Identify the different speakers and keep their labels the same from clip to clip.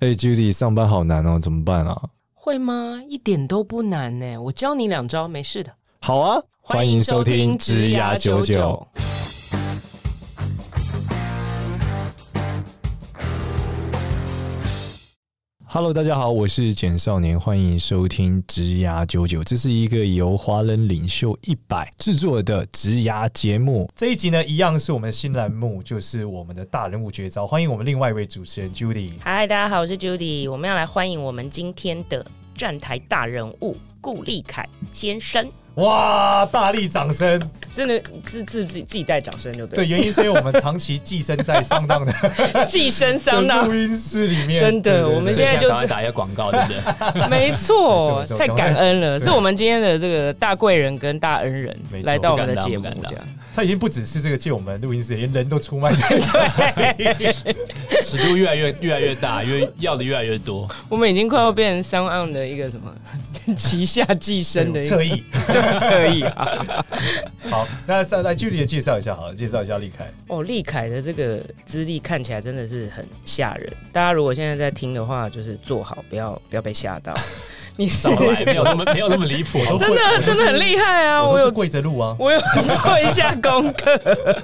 Speaker 1: 哎、j u d y 上班好难哦，怎么办啊？
Speaker 2: 会吗？一点都不难呢、我教你两招，没事的。
Speaker 1: 好啊，欢迎收听《职涯九九》。Hello，大家好，我是简少年，欢迎收听《职涯九九》，这是一个由华人领袖一百制作的职涯节目。这一集呢，一样是我们的新栏目，就是我们的大人物绝招。欢迎我们另外一位主持人 Judy。
Speaker 2: 嗨，大家好，我是 Judy，我们要来欢迎我们今天的站台大人物顾立凯先生。
Speaker 1: 哇，大力掌声！
Speaker 2: 真的自自自自己带掌声就对
Speaker 1: 对，
Speaker 2: 了，
Speaker 1: 原因是因为我们长期寄生在上当 的
Speaker 2: 寄生 桑拿
Speaker 1: 录。音室里面，
Speaker 2: 真的
Speaker 1: 对对对
Speaker 2: 我们
Speaker 3: 所
Speaker 2: 现
Speaker 3: 以
Speaker 2: 在就
Speaker 3: 赶快打一个广告，对不对？
Speaker 2: 没错
Speaker 1: 没错，
Speaker 2: 太感恩了，
Speaker 1: 对
Speaker 2: 是我们今天的这个大贵人跟大恩人
Speaker 1: 没错
Speaker 2: 来到我们的节目
Speaker 3: 不敢，当
Speaker 2: 这
Speaker 3: 不
Speaker 2: 样
Speaker 1: 他已经不只是这个借我们录音室，连人都出卖。
Speaker 3: 尺度越来越越来越大，越要的越来越多。
Speaker 2: 我们已经快要变成商岸的一个什么 旗下寄生的一
Speaker 1: 侧
Speaker 2: 个
Speaker 1: 翼。
Speaker 2: 侧翼啊。
Speaker 1: 好，那再来 Judy 也介绍一下，好了，介绍一下丽凯。
Speaker 2: 哦，利凯的这个资历看起来真的是很吓人。大家如果现在在听的话，就是做好，不要不要被吓 到。你是
Speaker 3: 少来，没有那么没有那么离谱。
Speaker 1: 我都
Speaker 2: 真的真的很厉害啊！
Speaker 1: 我
Speaker 2: 我
Speaker 1: 都是
Speaker 2: 有
Speaker 1: 跪着录啊。
Speaker 2: 我有做一下功课。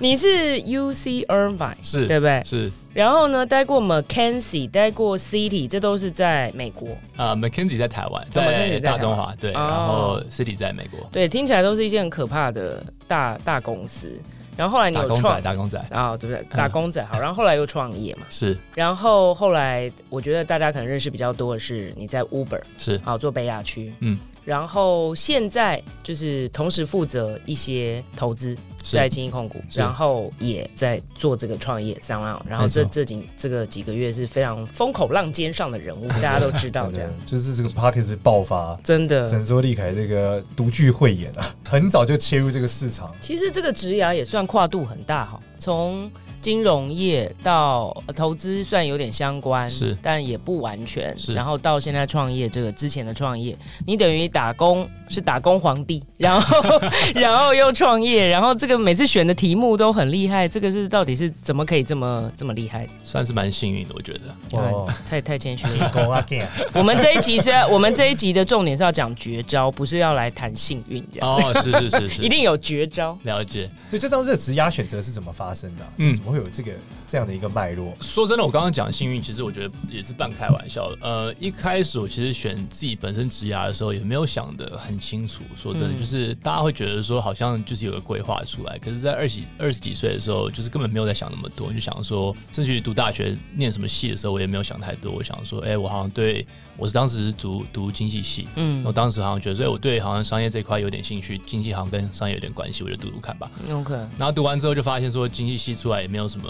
Speaker 2: 你是 U C Irvine
Speaker 3: 是
Speaker 2: 对不对？
Speaker 3: 是
Speaker 2: 然后呢，待过 Mackenzie，待过 City，这都是在美国。
Speaker 3: 啊，McKenzie 在台湾，
Speaker 2: McKenzie 哦在
Speaker 3: 在
Speaker 2: 台湾
Speaker 3: 大中华，对，
Speaker 2: 哦
Speaker 3: 然后 City 在美国。
Speaker 2: 对，听起来都是一些很可怕的大大公司。然后后来你
Speaker 3: 打
Speaker 2: 有
Speaker 3: 工
Speaker 2: 创
Speaker 3: 仔，打工嗯仔
Speaker 2: 啊、对不对？打工仔好，然后后来又创业嘛。
Speaker 3: 是
Speaker 2: 然后后来，我觉得大家可能认识比较多的是你在 Uber，
Speaker 3: 是
Speaker 2: 好做北亚区，
Speaker 3: 嗯，
Speaker 2: 然后现在就是同时负责一些投资，在
Speaker 3: 是
Speaker 2: 轻易控股，
Speaker 3: 是
Speaker 2: 然后也在做这个创业商浪，然后这
Speaker 3: 没错
Speaker 2: 这几这个几个月是非常风口浪尖上的人物，大家都知道
Speaker 1: 真
Speaker 2: 这
Speaker 1: 的
Speaker 2: 样，
Speaker 1: 就是这个 Parkes 爆发，
Speaker 2: 真
Speaker 1: 只能
Speaker 2: 的。
Speaker 1: 说丽凯这个独具慧眼啊，很早就切入这个市场。
Speaker 2: 其实这个职涯也算跨度很大哈，从金融业到呃投资算有点相关，
Speaker 3: 是
Speaker 2: 但也不完全。
Speaker 3: 是
Speaker 2: 然后到现在创业，这个之前的创业，你等于打工是打工皇帝， 然后然后又创业，然后这个每次选的题目都很厉害，这个是到底是怎么可以这么这么厉害的？哎
Speaker 3: 算是蛮幸运的，我觉得。
Speaker 1: 哦，
Speaker 2: 太太谦虚了。
Speaker 1: 狗啊 g
Speaker 2: 我们这一集是 要，我们这一集的重点是要讲绝招，不是要来谈幸运这样，
Speaker 3: 哦，是是是
Speaker 2: 一
Speaker 3: 是，
Speaker 2: 定有绝招。
Speaker 3: 了解。
Speaker 1: 对，就当这个职压选择是怎么发生的啊？
Speaker 3: 嗯
Speaker 1: 怎么会有这个这样的一个脉络？
Speaker 3: 说真的，我刚刚讲幸运，其实我觉得也是半开玩笑的。呃，一开始我其实选自己本身职涯的时候，也没有想得很清楚。说真的，
Speaker 2: 嗯
Speaker 3: 就是大家会觉得说，好像就是有个规划出来，可是，在二十几二十几岁的时候，就是根本没有在想那么多，就想说，甚至于读大学念什么系的时候，我也没有想太多。我想说，哎、我好像对我是当时是读读经济系，
Speaker 2: 嗯
Speaker 3: 我当时好像觉得，所以哎我对好像商业这一块有点兴趣，经济好像跟商业有点关系，我就读读看吧。
Speaker 2: ，OK，
Speaker 3: 然后读完之后就发现说，经济系出来也没有什么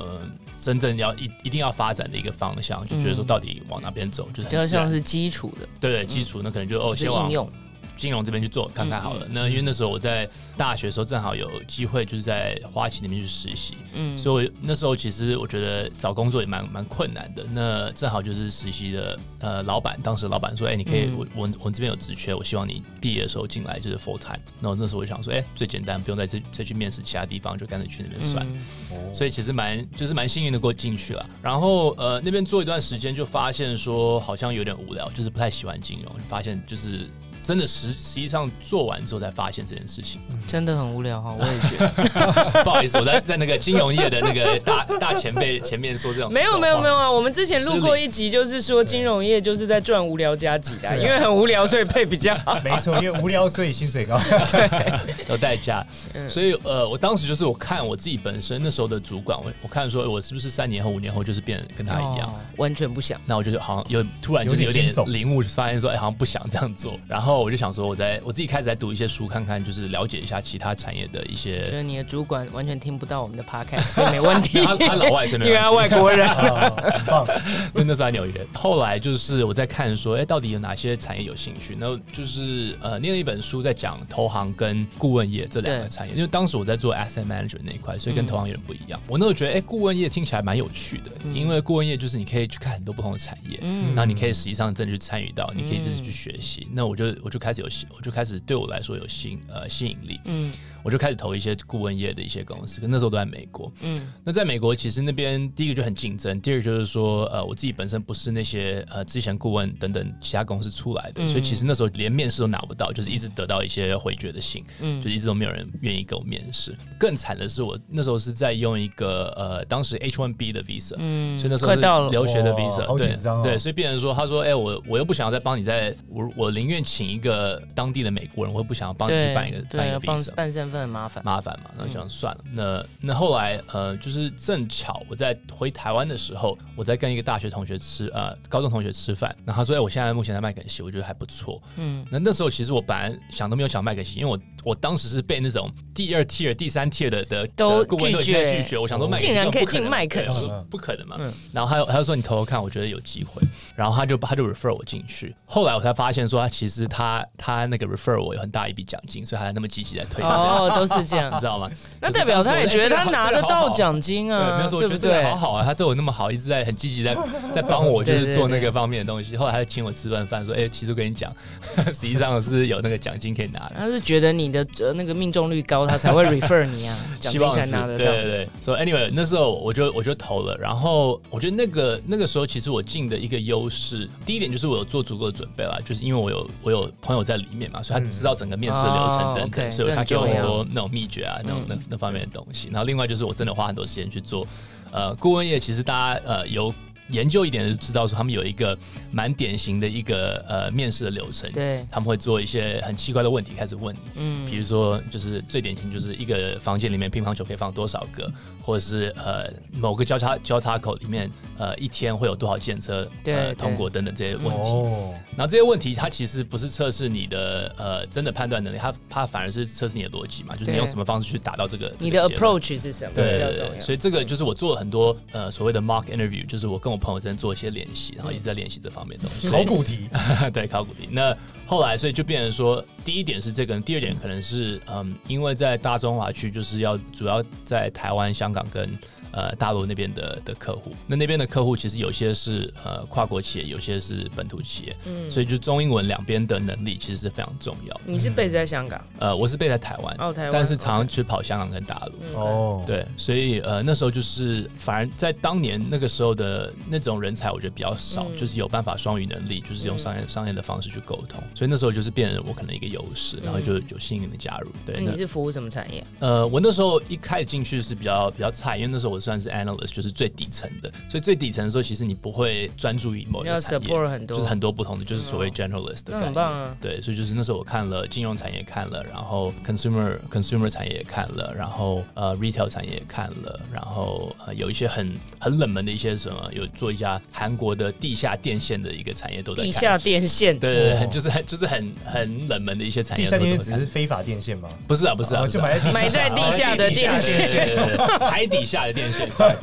Speaker 3: 真正要一一定要发展的一个方向，就觉得说到底往哪边走，就是
Speaker 2: 比
Speaker 3: 很
Speaker 2: 较
Speaker 3: 自然
Speaker 2: 像是基础的，
Speaker 3: 对啊对基础，那可能就哦
Speaker 2: 是
Speaker 3: 先
Speaker 2: 应
Speaker 3: 往
Speaker 2: 用。
Speaker 3: 金融这边去做看看好了。那因为那时候我在大学的时候正好有机会就是在花旗那边去实习，
Speaker 2: 嗯，
Speaker 3: 所以我那时候其实我觉得找工作也蛮蛮困难的。那正好就是实习的呃老板，当时老板说，哎、你可以、
Speaker 2: 嗯
Speaker 3: 我我我这边有职缺，我希望你毕业的时候进来就是 full time。那我那时候我就想说，哎、最简单，不用再再再去面试其他地方，就干脆去那边算。
Speaker 2: 嗯
Speaker 1: 哦
Speaker 3: 所以其实蛮就是蛮幸运的过进去了。然后呃那边做一段时间，就发现说好像有点无聊，就是不太喜欢金融，就发现就是真的实实际上做完之后才发现这件事情。
Speaker 2: 真的很无聊哈，我也觉得
Speaker 3: 不好意思，我在在那个金融业的那个大 大前辈前面说这 种
Speaker 2: 没有没有没有，啊，我们之前录过
Speaker 3: 失
Speaker 2: 一集，就是说金融业就是在赚无聊加级的啊，因为很无聊所以配比较 好。
Speaker 1: 啊没错，因为无聊所以薪水高。
Speaker 3: 这种话有代价
Speaker 2: 嗯，
Speaker 3: 所以呃我当时就是我看我自己本身那时候的主管，我我看说哎我是不是三年后五年后就是变跟他一样。
Speaker 2: 哦，完全不想。
Speaker 3: 那我就好像有突然就是
Speaker 1: 有
Speaker 3: 有
Speaker 1: 点
Speaker 3: 点
Speaker 1: 惊悚
Speaker 3: 领悟，发现说，哎、好像不想这样做。然后我就想说，我在我自己开始在读一些书，看看就是了解一下其他产业的一
Speaker 2: 觉
Speaker 3: 些。
Speaker 2: 得你的主管完全听不到我们的 podcast，所以没问题，
Speaker 3: 他他老外是
Speaker 2: 因
Speaker 3: 没有
Speaker 2: 为他外
Speaker 3: 关系，
Speaker 2: 国人。
Speaker 1: 啊很棒，
Speaker 3: 因为那时候在纽约。后来就是我在看说，哎、到底有哪些产业有兴趣？那就是呃，念了一本书在讲投行跟顾问业这两个
Speaker 2: 对
Speaker 3: 产业，因为当时我在做 asset management 那一块，所以
Speaker 2: 嗯
Speaker 3: 跟投行有点不一样。我那时候觉得，哎、顾问业听起来蛮有趣的，
Speaker 2: 嗯
Speaker 3: 因为顾问业就是你可以去看很多不同的产业，
Speaker 2: 嗯
Speaker 3: 那你可以实际上真的去参与到，你可以自己
Speaker 2: 嗯
Speaker 3: 去学习。那我就我就开始有吸，我就开始对我来说有吸呃吸引力，
Speaker 2: 嗯
Speaker 3: 我就开始投一些顾问业的一些公司，可那时候都在美国。
Speaker 2: 嗯
Speaker 3: 那在美国，其实那边第一个就很竞争，第二个就是说，呃，我自己本身不是那些呃之前顾问等等其他公司出来的，
Speaker 2: 嗯
Speaker 3: 所以其实那时候连面试都拿不到，就是一直得到一些回绝的信，
Speaker 2: 嗯
Speaker 3: 就一直都没有人愿意给我面试。更惨的是我，那时候是在用一个呃当时 H1B 的 visa，、
Speaker 2: 嗯，
Speaker 3: 所以那时候
Speaker 2: 快
Speaker 3: 是
Speaker 2: 到了，
Speaker 3: 留学的
Speaker 1: 哇
Speaker 3: visa，
Speaker 1: 好
Speaker 3: 对
Speaker 1: 紧张哦
Speaker 3: 对，所以变成说，他说，哎、我我又不想要再帮你在，我我宁愿请一个当地的美国人，我也不想要帮你去办一个
Speaker 2: 对
Speaker 3: 办一
Speaker 2: 啊
Speaker 3: 个
Speaker 2: 帮
Speaker 3: visa，
Speaker 2: 办身份很麻烦，
Speaker 3: 麻烦嘛，那
Speaker 2: 嗯
Speaker 3: 就想算了。那那后来呃，就是正巧我在回台湾的时候，我在跟一个大学同学吃呃高中同学吃饭，那他说，哎、我现在目前在麦肯锡，我觉得还不错。
Speaker 2: 嗯
Speaker 3: 那那时候其实我本来想都没有想麦肯锡，因为我我当时是被那种第二 tier、第三 tier 的的
Speaker 2: 都
Speaker 3: 的顾问都已经在
Speaker 2: 拒绝
Speaker 3: 拒绝，我想说麦肯锡
Speaker 2: 竟然可以
Speaker 3: 不能
Speaker 2: 进麦肯
Speaker 1: 锡
Speaker 3: 对不可能嘛。
Speaker 2: 嗯
Speaker 3: 然后他他就说你投投看，我觉得有机会，然后他就他就 refer 我进去。后来我才发现说他其实他他那个 refer 我有很大一笔奖金，所以他才那么积极在推荐这件事情。
Speaker 2: 哦，都是这
Speaker 3: 你
Speaker 2: 样
Speaker 3: 知，道吗？
Speaker 2: 那代表他也觉得他拿得到
Speaker 3: 奖。
Speaker 2: 奖金
Speaker 3: 对，没
Speaker 2: 啊，
Speaker 3: 有错，我
Speaker 2: 对
Speaker 3: 觉
Speaker 2: 不
Speaker 3: 得这个
Speaker 2: 对
Speaker 3: 好？好啊，他对我那么好，一直在很积极在 在帮我，就
Speaker 2: 对对
Speaker 3: 是做
Speaker 2: 对
Speaker 3: 那个方面的东西。后来他就请我吃顿饭，说：“哎、其实我跟你讲， 实际上是有那个奖金可以拿的。”
Speaker 2: 他是觉得你的呃那个命中率高，他才 会 refer 你啊，奖
Speaker 3: 希
Speaker 2: 金
Speaker 3: 望
Speaker 2: 才
Speaker 3: 是
Speaker 2: 拿得
Speaker 3: 对对
Speaker 2: 到。
Speaker 3: 对。所、so、以 anyway，那时候我就我就投了，然后我觉得那个那个时候其实我进的一个优势，第一点就是我有做足够的准备啦，就是因为我有我有朋友在里面嘛，所以他知道整个面试流程等等，
Speaker 2: 嗯哦，OK，
Speaker 3: 所以他给我
Speaker 2: 这很
Speaker 3: 很
Speaker 2: 重嗯
Speaker 3: 多那种秘诀啊，那种那那方面的东西。然后另外就是我真的花很多时间去做，呃，顾问业其实大家呃有。研究一点就知道说，他们有一个蛮典型的一个呃面试的流程，
Speaker 2: 对，
Speaker 3: 他们会做一些很奇怪的问题开始问你，
Speaker 2: 嗯
Speaker 3: 比如说，就是最典型就是一个房间里面乒乓球可以放多少个，或者是呃某个交叉交叉口里面呃一天会有多少件车
Speaker 2: 对对
Speaker 3: 呃通过等等这些 问题。
Speaker 1: 哦，
Speaker 3: 然后这些问题它其实不是测试你的呃真的判断能力，它它反而是测试你的逻辑嘛，就是
Speaker 2: 对
Speaker 3: 你用什么方式去达到这个
Speaker 2: 你的。
Speaker 3: 这个结论
Speaker 2: approach 是什么比
Speaker 3: 对
Speaker 2: 较
Speaker 3: 对
Speaker 2: 重
Speaker 3: 对，
Speaker 2: 要？
Speaker 3: 所以这个就是我做了很多呃所谓的 mock interview，就是我跟我朋友之间做一些练习，
Speaker 2: 嗯
Speaker 3: 然后一直在练习这方面的东西。所
Speaker 1: 考
Speaker 3: 以
Speaker 1: 古题，
Speaker 3: 对，考古题。那后来，所以就变成说，第一点是这个，第二点可能是，嗯，因为在大中华区，就是要主要在台湾、香港跟呃大陆那边的的客户，那那边的客户其实有些是呃跨国企业，有些是本土企业，
Speaker 2: 嗯
Speaker 3: 所以就中英文两边的能力其实是非常重要的。
Speaker 2: 你是 base 在香港、
Speaker 3: 呃，我是被在台湾，
Speaker 2: 澳哦台湾，
Speaker 3: 但是常常去跑香港跟大陆。
Speaker 2: 嗯
Speaker 1: 哦，，
Speaker 3: 对，所以呃那时候就是，反而在当年那个时候的那种人才，我觉得比较少，
Speaker 2: 嗯
Speaker 3: 就是有办法双语能力，就是用商业、商业的方式去沟通，所以那时候就是变成我可能一个优势，然后就有幸运的加入。对，
Speaker 2: 嗯那
Speaker 3: 那
Speaker 2: 你是服务什么产业？
Speaker 3: 呃，我那时候一开始进去是比较比较菜，因为那时候我算是 analyst，就是最底层的，所以最底层的时候，其实你不会专注于某一
Speaker 2: 要
Speaker 3: 个产业，
Speaker 2: support 很多，
Speaker 3: 就是很多不同的，就是所谓
Speaker 2: 嗯
Speaker 3: generalist
Speaker 2: 那
Speaker 3: 的概念。
Speaker 2: 很棒啊。
Speaker 3: 对，所以就是那时候我看了金融产业看了，然后 consumer consumer 产业也看了，然后呃 retail 产业也看了，然后呃有一些很很冷门的一些什么，有做一家韩国的地下电线的一个产业都在看。
Speaker 2: 地下电线，
Speaker 3: 对对对，很
Speaker 1: 哦
Speaker 3: 就是很就是很很冷门的一些产
Speaker 1: 第
Speaker 3: 业
Speaker 1: 三
Speaker 3: 都
Speaker 1: 天
Speaker 3: 在
Speaker 1: 只
Speaker 3: 看。
Speaker 1: 是非法电线吗？
Speaker 3: 不是啊，不是啊，
Speaker 1: 哦
Speaker 3: 不是
Speaker 1: 就
Speaker 3: 啊
Speaker 1: 埋在
Speaker 2: 埋在地下的电
Speaker 3: 对
Speaker 2: 线，
Speaker 3: 对对对对海底下的电线，sorry，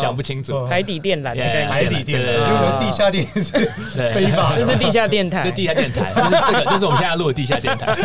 Speaker 3: 讲不清楚
Speaker 1: 哦。
Speaker 2: 海底电缆的概
Speaker 3: Yeah，
Speaker 2: 念，
Speaker 1: 海底电缆，
Speaker 3: 对对对
Speaker 1: 因为我们地下电是
Speaker 3: 对
Speaker 1: 非法
Speaker 2: 这
Speaker 1: 的
Speaker 2: 是地下电台
Speaker 3: 这。地下电台，这是这个，这是我们现在录的地下电台。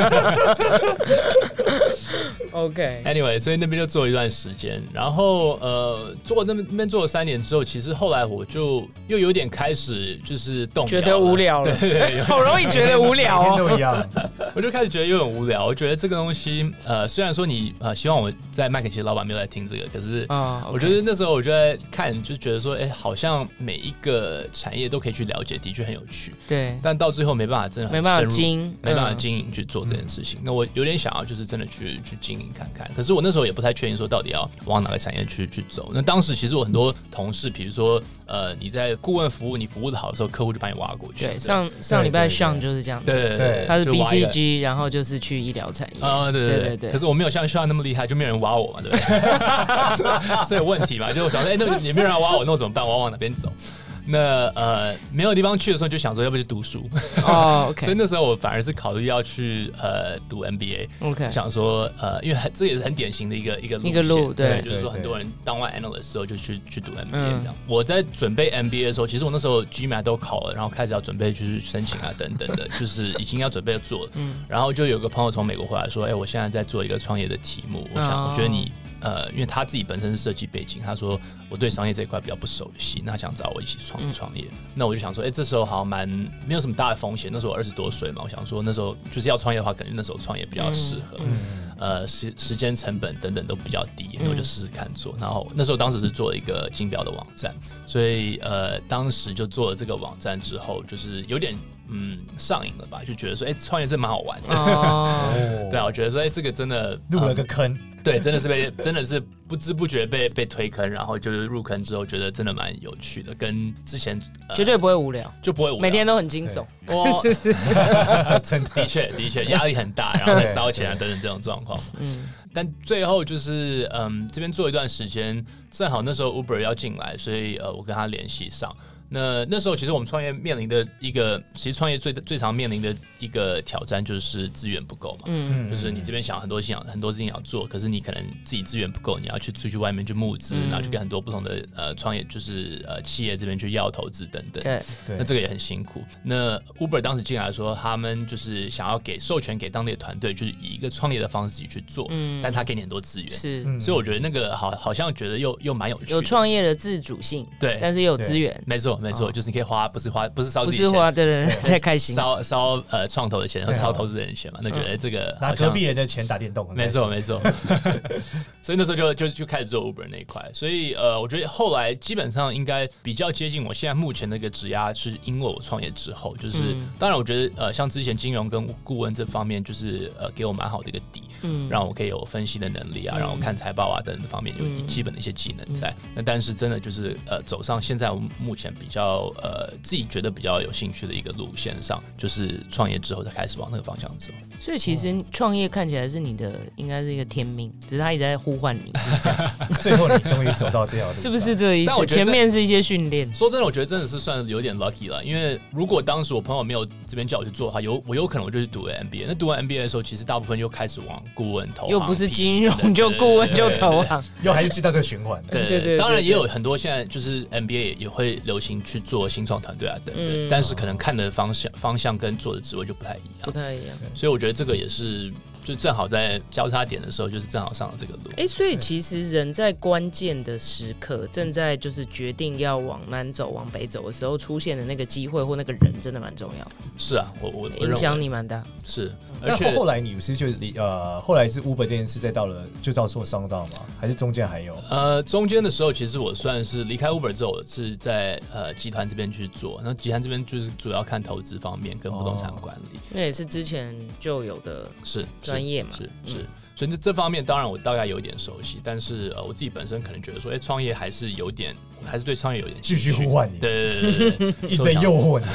Speaker 2: OK，
Speaker 3: Anyway，所以那边就做了一段时间，然后呃，做那边那边做了三年之后，其实后来我就又有点开始就是动摇
Speaker 2: 觉得无聊了，好容易觉得无聊
Speaker 1: 每天
Speaker 2: 哦。
Speaker 1: 都一样，
Speaker 3: 我就开始觉得有点无聊。我觉得这个东西，呃，虽然说你呃，希望我在麦肯锡老板没有来听这个，可是
Speaker 2: 啊
Speaker 3: 我觉得那时候我就在看，就觉得说，哎、好像每一个产业都可以去了解，的确很有趣，
Speaker 2: 对，
Speaker 3: 但到最后没办法真的很
Speaker 2: 没办法
Speaker 3: 深入
Speaker 2: 精，
Speaker 3: 没办法
Speaker 2: 嗯。
Speaker 3: 经营去做这件事情。那我有点想要，就是真的去去经营看看。可是我那时候也不太确定说到底要往哪个产业去去走。那当时其实我很多同事，比如说呃，你在顾问服务你服务的好的时候，客户就把你挖过去。
Speaker 2: 对，上上礼
Speaker 1: 对
Speaker 2: 拜
Speaker 1: 对
Speaker 2: 上就是这样子，
Speaker 3: 对对对，
Speaker 2: 他是
Speaker 3: 就挖一个
Speaker 2: BCG，然后就是去医疗产业。
Speaker 3: 啊、对
Speaker 2: 对
Speaker 3: 对
Speaker 2: 对
Speaker 3: 对
Speaker 2: 对
Speaker 3: 可是我没有像需要那么厉害，就没有人挖我嘛，对不对？ 所以有问题嘛，就是我想说，哎、那也没有人要挖我，那我怎么办？我要往哪边走？那呃，没有地方去的时候，就想说，要不就读书。
Speaker 2: 哦
Speaker 3: 所以
Speaker 2: ，OK
Speaker 3: 那时候我反而是考虑要去呃读 MBA。
Speaker 2: OK，
Speaker 3: 想说，呃，因为很这也是很典型的一个一个
Speaker 2: 一个路
Speaker 3: 线
Speaker 2: 对
Speaker 3: 就是
Speaker 1: 对对
Speaker 3: 说很多人当完 analyst 之后就去去读 MBA
Speaker 2: 嗯
Speaker 3: 这样。我在准备 MBA 的时候，其实我那时候 GMAT 都考了，然后开始要准备去申请啊等等 的，就是已经要准备做了。
Speaker 2: 嗯
Speaker 3: 然后就有个朋友从美国回来说，哎、我现在在做一个创业的题目，我想，
Speaker 2: 哦
Speaker 3: 我觉得你。呃，因为他自己本身是设计背景，他说我对商业这一块比较不熟悉，那想找我一起创
Speaker 2: 嗯
Speaker 3: 创业。那我就想说，哎、这时候好像蛮没有什么大的风险，那时候我二十多岁嘛，我想说那时候就是要创业的话，可能那时候创业比较
Speaker 2: 嗯
Speaker 3: 适合。呃，时时间成本等等都比较低，那我就试试看做。然后那时候当时是做一个竞标的网站，所以呃，当时就做了这个网站之后，就是有点嗯上瘾了吧，就觉得说，哎、创业真蛮好玩的。
Speaker 2: 哦，
Speaker 3: 对啊，我觉得说，哎、这个真的
Speaker 1: 入了
Speaker 3: 嗯
Speaker 1: 个坑，
Speaker 3: 对，真的是被真的是不知不觉被被推坑，然后就是入坑之后，觉得真的蛮有趣的，跟之前、呃
Speaker 2: 绝对不会无聊，
Speaker 3: 就不会无聊
Speaker 2: 每天都很惊悚。
Speaker 3: 哇
Speaker 1: 是是， 真
Speaker 3: 的
Speaker 1: 的，
Speaker 3: 确的确压力很大，然后再烧钱啊等等这种状况。
Speaker 2: 嗯，
Speaker 3: 但最后就是，嗯，这边做一段时间，正好那时候 Uber 要进来，所以呃，我跟他联系上。那那时候其实我们创业面临的一个，其实创业最最常面临的一个挑战就是资源不够嘛。
Speaker 2: 嗯
Speaker 3: 就是你这边想很多想很多事情要做，可是你可能自己资源不够，你要去出去外面去募资，
Speaker 2: 嗯
Speaker 3: 然后去跟很多不同的呃创业就是呃企业这边去要投资等等。
Speaker 2: 对，
Speaker 1: 对
Speaker 3: 那这个也很辛苦。那 Uber 当时进来说，他们就是想要给授权给当地的团队，就是以一个创业的方式去做，
Speaker 2: 嗯
Speaker 3: 但他给你很多资源，
Speaker 2: 是
Speaker 1: 嗯
Speaker 3: 所以我觉得那个好好像觉得又又蛮有趣的，
Speaker 2: 有创业的自主性，
Speaker 3: 对，
Speaker 2: 但是也有资源，
Speaker 3: 没错没错，
Speaker 2: 哦
Speaker 3: 就是你可以花不是花不是烧
Speaker 2: 不
Speaker 3: 自己
Speaker 2: 是
Speaker 3: 的钱。
Speaker 2: 花对对对，太开心了。
Speaker 3: 烧烧呃创投的钱，然后
Speaker 1: 对啊嗯
Speaker 3: 烧投资人的钱嘛，那觉得哎这个
Speaker 1: 拿
Speaker 3: 好像
Speaker 1: 隔壁人的钱打电动，
Speaker 3: 没错，没错。 所以那时候就就就开始做 Uber 那一块，所以呃，我觉得后来基本上应该比较接近我现在目前那个职压，是因为我创业之后，就是、
Speaker 2: 嗯
Speaker 3: 当然我觉得呃，像之前金融跟顾问这方面，就是呃给我蛮好的一个底，
Speaker 2: 嗯，
Speaker 3: 让我可以有分析的能力啊，
Speaker 2: 嗯
Speaker 3: 让我看财报啊等等方面有
Speaker 2: 嗯
Speaker 3: 基本的一些技能在。那但是真的就是呃，走上现在我目前比较呃自己觉得比较有兴趣的一个路线上，就是创业之后才开始往那个方向走。
Speaker 2: 所以其
Speaker 3: 嗯
Speaker 2: 实创业看起来是你的，应该是一个天命，只是他一直在呼唤 你，
Speaker 1: 最后你终于走到这条路，
Speaker 2: 是不是？这个意
Speaker 3: 但我
Speaker 2: 思？
Speaker 3: 觉得
Speaker 2: 前面是一些训练，
Speaker 3: 说真的，我觉得真的是算有点 lucky 了，因为如果当时我朋友没有这边叫我去做的话，有我有可能我就去读 MBA。那读完 MBA 的时候，其实大部分又开始往顾问投行，
Speaker 2: 又不是
Speaker 3: PE
Speaker 2: 金融就顾问就啊投行，
Speaker 1: 又还是进到这个循环？
Speaker 3: 对
Speaker 2: 对
Speaker 3: 对
Speaker 2: 对
Speaker 3: 对，当然
Speaker 2: 对
Speaker 3: 也有很多现在就是 MBA 也会流行去做新创团队啊等等，
Speaker 2: 嗯
Speaker 3: 但是可能看的方向方向跟做的职位就不太一
Speaker 2: 不
Speaker 3: 样，
Speaker 2: 太一样。
Speaker 3: 所以我觉得这个也是就正好在交叉点的时候，就是正好上了这个路。
Speaker 2: 哎、所以其实人在关键的时刻，正在就是决定要往南走、往北走的时候，出现的那个机会或那个人，真的蛮重要，
Speaker 3: 是啊，我我我认为
Speaker 2: 影响你嗯蛮大。
Speaker 3: 是，而
Speaker 1: 那
Speaker 3: 且
Speaker 1: 后后来你是就离呃，后来是 Uber 这件事再到了，就到做商道吗？还是中间还有？
Speaker 3: 呃，中间的时候，其实我算是离开 Uber 之后，是在呃集团这边去做。那集团这边就是主要看投资方面跟不动产管理，
Speaker 2: 那也是之前就有的，
Speaker 3: 是是
Speaker 2: 哦专业嘛
Speaker 3: 是
Speaker 2: 嗯
Speaker 3: 是。所以这这方面当然我大概有点熟悉，但是呃我自己本身可能觉得说，哎、创业还是有点，我还是对创业有点
Speaker 1: 继续
Speaker 3: 兴趣
Speaker 1: 呼唤你
Speaker 3: 对对对对对，
Speaker 1: 一直在诱惑你，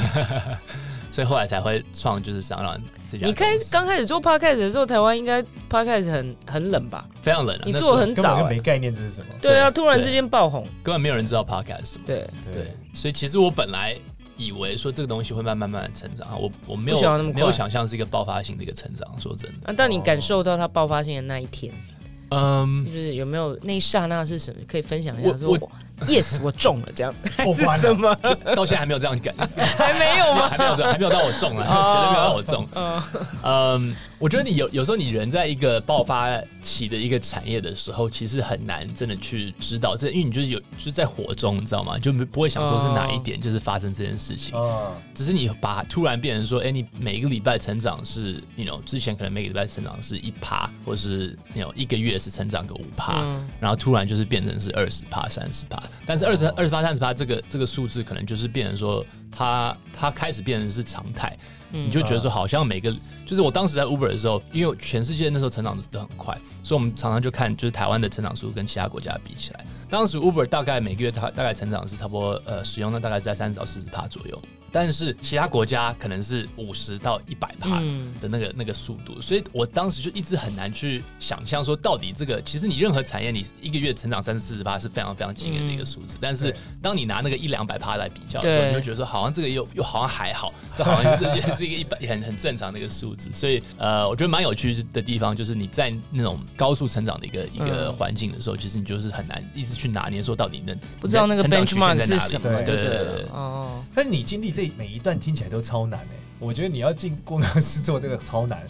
Speaker 3: 所以后来才会创就是商浪这家公司。
Speaker 2: 你开刚开始做 podcast 的时候，台湾应该 podcast 很很冷吧？
Speaker 3: 非常冷、啊，
Speaker 2: 你
Speaker 3: 那
Speaker 2: 做
Speaker 3: 时候
Speaker 2: 很
Speaker 1: 根本
Speaker 2: 早、
Speaker 1: 就
Speaker 2: 欸
Speaker 1: 没，概念这是什么。
Speaker 2: 对啊，
Speaker 3: 对
Speaker 2: 突然之间爆红，
Speaker 3: 根本没有人知道 podcast 是什么。
Speaker 2: 对，
Speaker 3: 对，，所以其实我本来以为说这个东西会慢慢慢慢成长，我我没有
Speaker 2: 不想要那么快
Speaker 3: 没有想象是一个爆发性的一个成长。说真的，
Speaker 2: 啊，但你感受到它爆发性的那一天，是
Speaker 3: 哦嗯，
Speaker 2: 不是有没有那一刹那是什么？可以分享一下
Speaker 3: 我
Speaker 2: 说
Speaker 3: 我
Speaker 2: 哇，yes，我中了这 样，
Speaker 1: 我
Speaker 2: 是
Speaker 1: 完
Speaker 2: 什
Speaker 1: 了，
Speaker 2: 么？
Speaker 3: 嗯到现在还没有这样 感，
Speaker 2: 还没有 吗？
Speaker 3: 还没有这样，还没有到我中啊，
Speaker 2: 哦
Speaker 3: 绝对没有到我中。
Speaker 2: 嗯，
Speaker 3: 嗯，我觉得你有有时候你人在一个爆发期的一个产业的时候，其实很难真的去知道这，因为你就是有就是在火中，你知道吗？就不会想说是哪一
Speaker 2: 哦
Speaker 3: 点就是发生这件事情。
Speaker 1: 啊，
Speaker 3: 只是你把突然变成说，哎、你每一个礼拜成长是，你 you know, 之前可能每个礼拜成长是一趴，或是你 you know, 一个月是成长个五趴，
Speaker 2: 嗯
Speaker 3: 然后突然就是变成是二十趴、三十趴，但是二
Speaker 2: 嗯
Speaker 3: 十二十趴、三十趴这个这个数字可能就是变成说它它开始变成是常态，
Speaker 2: 嗯
Speaker 3: 你就觉得说好像每个就是我当时在 Uber 的时候，因为全世界那时候成长都很快，所以我们常常就看就是台湾的成长速度跟其他国家比起来，当时 Uber 大概每个月它大概成长是差不多呃使用量大概是在三十到四十趴左右，但是其他国家可能是五十到一百趴。
Speaker 2: 嗯
Speaker 3: 的那个那个速度，所以我当时就一直很难去想象说到底这个，其实你任何产业你一个月成长三四十趴是非常非常惊人的一个数字，但是
Speaker 1: 对
Speaker 3: 当你拿那个一两百趴来比较的时候，
Speaker 2: 嗯对
Speaker 3: 你会觉得说好像这个又又好像还好，这好像是 也是一个一百很很正常的一个数字，所以呃，我觉得蛮有趣的地方就是你在那种高速成长的一个一个
Speaker 2: 嗯
Speaker 3: 环境的时候，其实你就是很难一直去拿捏说到底能
Speaker 2: 不知道那个
Speaker 3: 成长曲线
Speaker 2: benchmark
Speaker 3: 在哪里
Speaker 2: 是什
Speaker 1: 么
Speaker 3: 对
Speaker 1: 对
Speaker 3: 对
Speaker 2: 对
Speaker 3: 对对。
Speaker 2: 哦，
Speaker 1: 但你经历这这每一段听起来都超难哎、我觉得你要进工程师做这个超 难，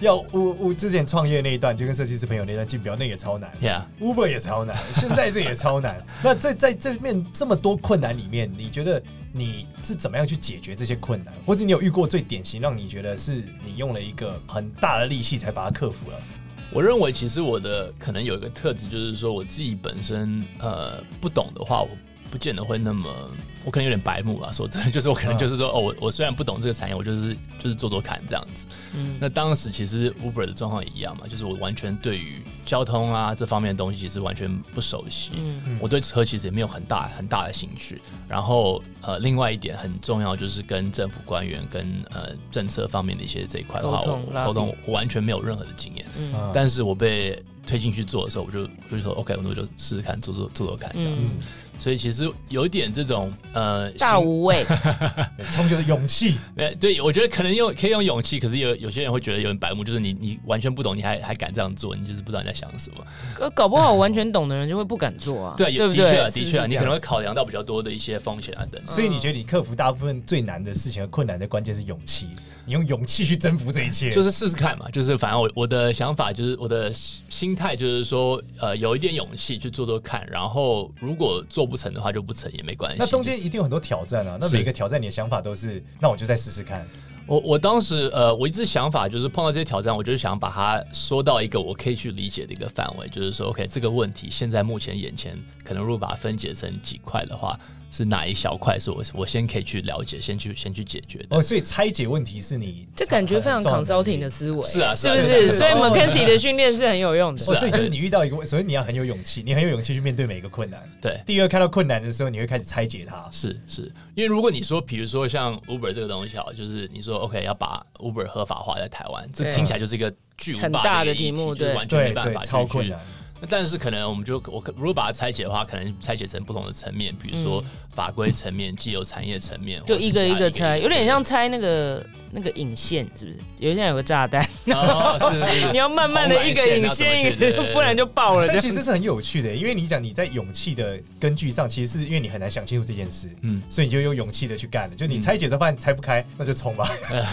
Speaker 1: 要我我之前创业那一段，就跟设计师朋友那段进表那也超难
Speaker 3: Yeah，
Speaker 1: ，Uber 也超难， 现在这也超难。那在在这面这么多困难里面，你觉得你是怎么样去解决这些困难，或者你有遇过最典型让你觉得是你用了一个很大的力气才把它克服了？
Speaker 3: 我认为其实我的可能有一个特质，就是说我自己本身呃不懂的话，我不见得会那么，我可能有点白目啊。说真的，就是我
Speaker 2: 嗯
Speaker 3: 可能就是说，哦，我我虽然不懂这个产业，我就是就是做做看这样子。
Speaker 2: 嗯，
Speaker 3: 那当时其实 Uber 的状况也一样嘛，就是我完全对于交通啊这方面的东西其实完全不熟悉。
Speaker 2: 嗯
Speaker 3: 我对车其实也没有很大很大的兴趣。然后呃，另外一点很重要就是跟政府官员跟呃政策方面的一些这一块的话，
Speaker 2: 沟通
Speaker 3: 我
Speaker 2: 拉
Speaker 3: 沟通
Speaker 2: 低
Speaker 3: 我完全没有任何的经验。
Speaker 2: 嗯
Speaker 1: 嗯
Speaker 3: 但是我被推进去做的时候，我就我就说 OK，我就试试看，做做做做看这样子。
Speaker 1: 嗯
Speaker 3: 所以其实有一点这种呃，
Speaker 2: 大
Speaker 3: 心
Speaker 2: 无畏，
Speaker 1: 对冲就是勇气，
Speaker 3: 呃，对，我觉得可能用可以用勇气，可是有有些人会觉得有点白目，就是你你完全不懂，你还还敢这样做，你就是不知道你在想什么。
Speaker 2: 搞 搞不好完全懂的人就会不敢做啊，
Speaker 3: 对，也
Speaker 2: 对
Speaker 3: 的
Speaker 2: 不
Speaker 3: 确
Speaker 2: 对
Speaker 3: 啊，？
Speaker 2: 是
Speaker 3: 的
Speaker 2: 不是
Speaker 3: 确啊，
Speaker 2: 这
Speaker 3: 你
Speaker 2: 样嗯
Speaker 3: 可能会考量到比较多的一些风险啊等等。
Speaker 1: 所以你觉得你克服大部分最难的事情和困难的关键是勇气，你用勇气去征服这一切，
Speaker 3: 就是试试看嘛，就是反正我我的想法就是我的心态就是说，呃，有一点勇气去做做看，然后如果做不成的话就不成也没关系。
Speaker 1: 那中
Speaker 3: 就
Speaker 1: 间
Speaker 3: 是
Speaker 1: 一定有很多挑战啊，那
Speaker 3: 是
Speaker 1: 每个挑战你的想法都是，那我就再试试看。
Speaker 3: 我我当时呃，我一直想法就是碰到这些挑战，我就是想把它缩到一个我可以去理解的一个范围，就是说，OK，这个问题现在目前眼前，可能如果把它分解成几块的话，是哪一小块是我我先可以去了解，先去先去解决的。
Speaker 1: 哦，所以拆解问题是你
Speaker 2: 这感觉非常
Speaker 1: 很重要的
Speaker 2: consulting 的思维，
Speaker 3: 是啊是
Speaker 2: 是
Speaker 3: 啊
Speaker 2: 不
Speaker 3: 是啊
Speaker 2: 是？所以
Speaker 1: 是啊
Speaker 2: McKinsey 的训练是很有用的
Speaker 1: 哦，。所以就是你遇到一个问，所以你要很有勇气，你很有勇气去面对每一个困难。
Speaker 3: 对，
Speaker 1: 第二，看到困难的时候，你会开始拆解它。
Speaker 3: 是是，因为如果你说，比如说像 Uber 这个东西好，就是你说 OK 要把 Uber 合法化在台湾，这
Speaker 2: 对
Speaker 3: 听起来就是一个巨无
Speaker 2: 很
Speaker 3: 霸
Speaker 2: 大
Speaker 3: 一个
Speaker 2: 的题
Speaker 3: 议
Speaker 2: 目
Speaker 3: 就是
Speaker 2: 对
Speaker 3: 完全
Speaker 1: 对
Speaker 3: 没办
Speaker 1: 对
Speaker 3: 法，去
Speaker 1: 超困
Speaker 3: 去
Speaker 1: 难。
Speaker 3: 那但是可能我们就我可如果把它拆解的话，可能拆解成不同的层面，比如说法规层面、既有产业层面，
Speaker 2: 嗯就
Speaker 3: 或者
Speaker 2: 一
Speaker 3: 是啊
Speaker 2: 个一
Speaker 3: 其他
Speaker 2: 个拆，有点像拆那个那个引线，是不是？有点像有个炸弹，
Speaker 3: 哦，是是 是，
Speaker 2: 你要慢慢的
Speaker 3: 啊
Speaker 2: 一个引线，一 个不然
Speaker 3: 就
Speaker 2: 就爆了。
Speaker 1: 但
Speaker 2: 这
Speaker 1: 其实这是很有趣的，因为你讲你在勇气的根据上，其实是因为你很难想清楚这件事，
Speaker 3: 嗯
Speaker 1: 所以你就有勇气的去干了。就你
Speaker 3: 嗯
Speaker 1: 拆解之后发现拆不开，那就冲吧，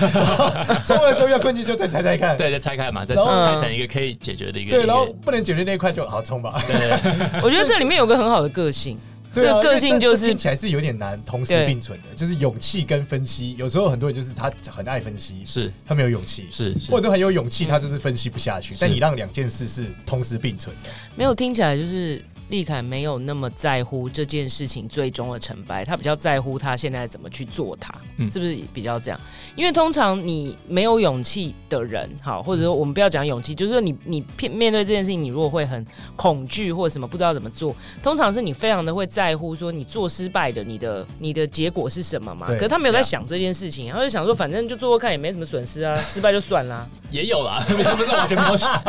Speaker 1: 冲了之后要困境就再拆拆看。
Speaker 3: 对，再拆开嘛，再
Speaker 1: 然后
Speaker 3: 拆成一个可以解决的一个
Speaker 1: 对，然
Speaker 3: 一
Speaker 1: 后
Speaker 3: 个
Speaker 1: 不能解决那一块就好冲吧。
Speaker 2: 样我觉得这里面有个很好的个性，这
Speaker 1: 对啊
Speaker 2: 个
Speaker 1: 因为
Speaker 2: 个性
Speaker 1: 这
Speaker 2: 就
Speaker 1: 这
Speaker 2: 是
Speaker 1: 听起来是有点难同时
Speaker 2: 对
Speaker 1: 并存的，就是勇气跟分析。有时候很多人就是他很爱分析，
Speaker 3: 是
Speaker 1: 他没有勇气，
Speaker 3: 是是
Speaker 1: 或者都很有勇气，他就是分析不下去。
Speaker 3: 是
Speaker 1: 但你让两件事是同时并存的，
Speaker 2: 没有听起来就是丽凯没有那么在乎这件事情最终的成败，他比较在乎他现在怎么去做它，
Speaker 3: 嗯
Speaker 2: 是不是比较这样？因为通常你没有勇气的人，好，或者说我们不要讲勇气，就是说你你面面对这件事情，你如果会很恐惧或者什么不知道怎么做，通常是你非常的会在乎说你做失败的你的你的结果是什么嘛？
Speaker 1: 对
Speaker 2: 可他没有在
Speaker 3: 对啊
Speaker 2: 想这件事情，他就想说反正就做做看也没什么损失啊，失败就算啦，
Speaker 3: 也有啦， 不是完全 没有想，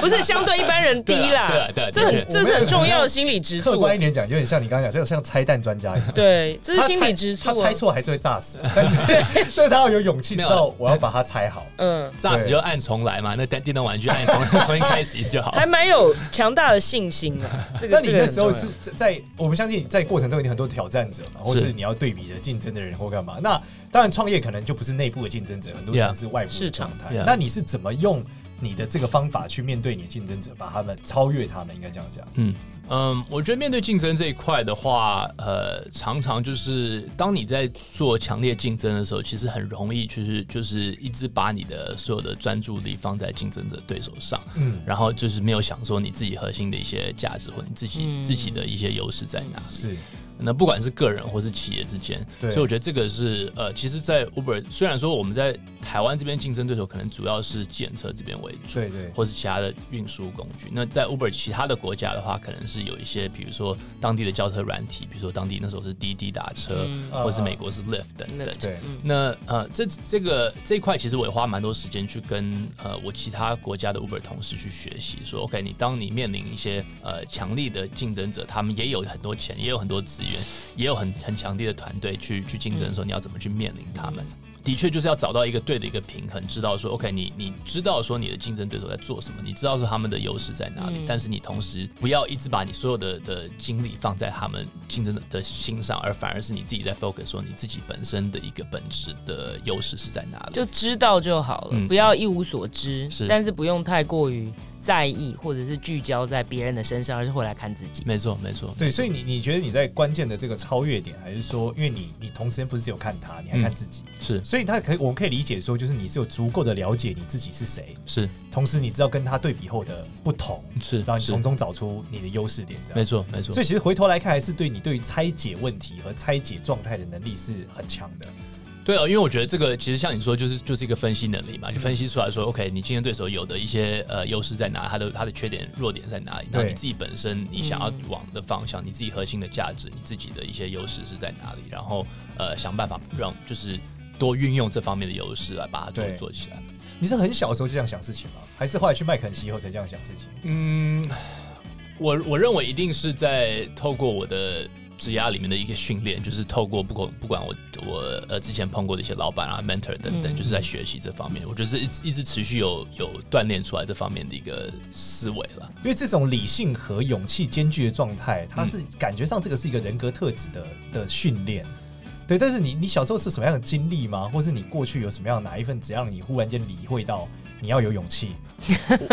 Speaker 2: 不是相对一般人低
Speaker 3: 对
Speaker 2: 啦，
Speaker 3: 啊对啊，
Speaker 2: 这
Speaker 3: 的确
Speaker 2: 很这是很重要的心理指
Speaker 1: 客
Speaker 2: 数。
Speaker 1: 观一点讲，有点像你刚刚讲，就像拆弹专家一 样。
Speaker 2: 对，这是
Speaker 1: 他
Speaker 2: 心
Speaker 1: 猜
Speaker 2: 理啊指数、
Speaker 1: 他猜，错还是会炸 死，但是 但是他要有勇气知
Speaker 3: 没有
Speaker 1: 道我要把它拆 好。
Speaker 2: 嗯，
Speaker 3: 炸死就按重来嘛，那电电动玩具按重 重新开始一次就好了
Speaker 2: 还。蛮有强大的信心的、 这
Speaker 1: 那
Speaker 2: 个
Speaker 1: 你
Speaker 2: 这个
Speaker 1: 那
Speaker 2: 很
Speaker 1: 时候
Speaker 2: 重
Speaker 1: 是
Speaker 2: 要
Speaker 1: 在在我们相信你在过程中一定很多挑战者嘛，或
Speaker 3: 是
Speaker 1: 是你要对比着竞争的人或干嘛。那当然创业可能就不是内部的竞争者，很多
Speaker 3: Yeah
Speaker 1: 时候是外部的
Speaker 2: 市
Speaker 1: 状
Speaker 2: 场
Speaker 1: 态。
Speaker 3: Yeah
Speaker 1: 那你是怎么用你的这个方法去面对你的竞争者，把他们超越他们？应该这样讲。
Speaker 3: 嗯嗯，我觉得面对竞争这一块的话，呃，常常就是当你在做强烈竞争的时候，其实很容易就是就是一直把你的所有的专注力放在竞争者对手上，
Speaker 1: 嗯，
Speaker 3: 然后就是没有想说你自己核心的一些价值或你自己、
Speaker 2: 嗯
Speaker 3: 自己的一些优势在哪。
Speaker 1: 是
Speaker 3: 那不管是个人或是企业之间，
Speaker 1: 对
Speaker 3: 所以我觉得这个是呃，其实，在 Uber 虽然说我们在台湾这边竞争对手可能主要是检测这边为主，
Speaker 1: 对对
Speaker 3: 或是其他的运输工具。那在 Uber 其他的国家的话，可能是有一些，比如说当地的轿车软体，比如说当地那时候是滴滴打车，
Speaker 2: 嗯
Speaker 3: 或是美国是 Lyft 等等。
Speaker 1: 对
Speaker 2: 嗯
Speaker 3: 那呃，这这个这一块其实我也花蛮多时间去跟呃我其他国家的 Uber 同事去学习，说 OK，你当你面临一些呃强力的竞争者，他们也有很多
Speaker 2: 嗯
Speaker 3: 钱，也有很多资源，也有很很强烈的团队去去竞争的时候，你要怎么去面临他们？的确就是要找到一个对的一个平衡，知道说 OK，你你知道说你的竞争对手在做什么，你知道说他们的优势在哪里，
Speaker 2: 嗯
Speaker 3: 但是你同时不要一直把你所有的的精力放在他们竞争的的心上，而反而是你自己在 focus 说你自己本身的一个本质的优势是在哪里。
Speaker 2: 就知道就好了，
Speaker 3: 嗯
Speaker 2: 不要一无所知，
Speaker 3: 是
Speaker 2: 但是不用太过于在意或者是聚焦在别人的身上，而是回来看自己。
Speaker 3: 没错，没错，
Speaker 1: 对，所以你你觉得你在关键的这个超越点，还是说，因为你你同时间不是只有看他，你还
Speaker 3: 嗯
Speaker 1: 看自己，
Speaker 3: 是
Speaker 1: 所以他可以我们可以理解说，就是你是有足够的了解你自己是谁，
Speaker 3: 是
Speaker 1: 同时你知道跟他对比后的不同，
Speaker 3: 是，
Speaker 1: 然后你
Speaker 3: 是
Speaker 1: 从中找出你的优势点，这
Speaker 3: 没
Speaker 1: 样。
Speaker 3: 错，没错
Speaker 1: 所。以其实回头来看，还是对你对于拆解问题和拆解状态的能力是很强的。
Speaker 3: 对啊，因为我觉得这个其实像你说，就是就是一个分析能力
Speaker 1: 嗯
Speaker 3: 嘛，就分析出来说，OK，你竞争对手有的一些呃优势在哪，他的他的缺点弱点在哪里，那
Speaker 1: 对
Speaker 3: 你自己本身你想要
Speaker 2: 嗯
Speaker 3: 往的方向，你自己核心的价值，你自己的一些优势是在哪里，然后呃想办法让就是多运用这方面的优势来把它做
Speaker 1: 对
Speaker 3: 做起来。
Speaker 1: 你是很小的时候就这样想事情吗？还是后来去麦肯锡以后才这样想事情？
Speaker 3: 嗯，我我认为一定是在透过我的职涯里面的一个训练，就是透过不管不管我我呃之前碰过的一些老板啊、mentor 等等，
Speaker 2: 嗯
Speaker 3: 就是在学习这方面，我觉得是一直一直持续有有锻炼出来这方面的一个思维了。
Speaker 1: 因为这种理性和勇气兼具的状态，它是感觉上这个是一个人格特质的的训练。对，但是你你小时候是什么样的经历吗？或是你过去有什么样的哪一份，只让你忽然间理会到你要有勇气？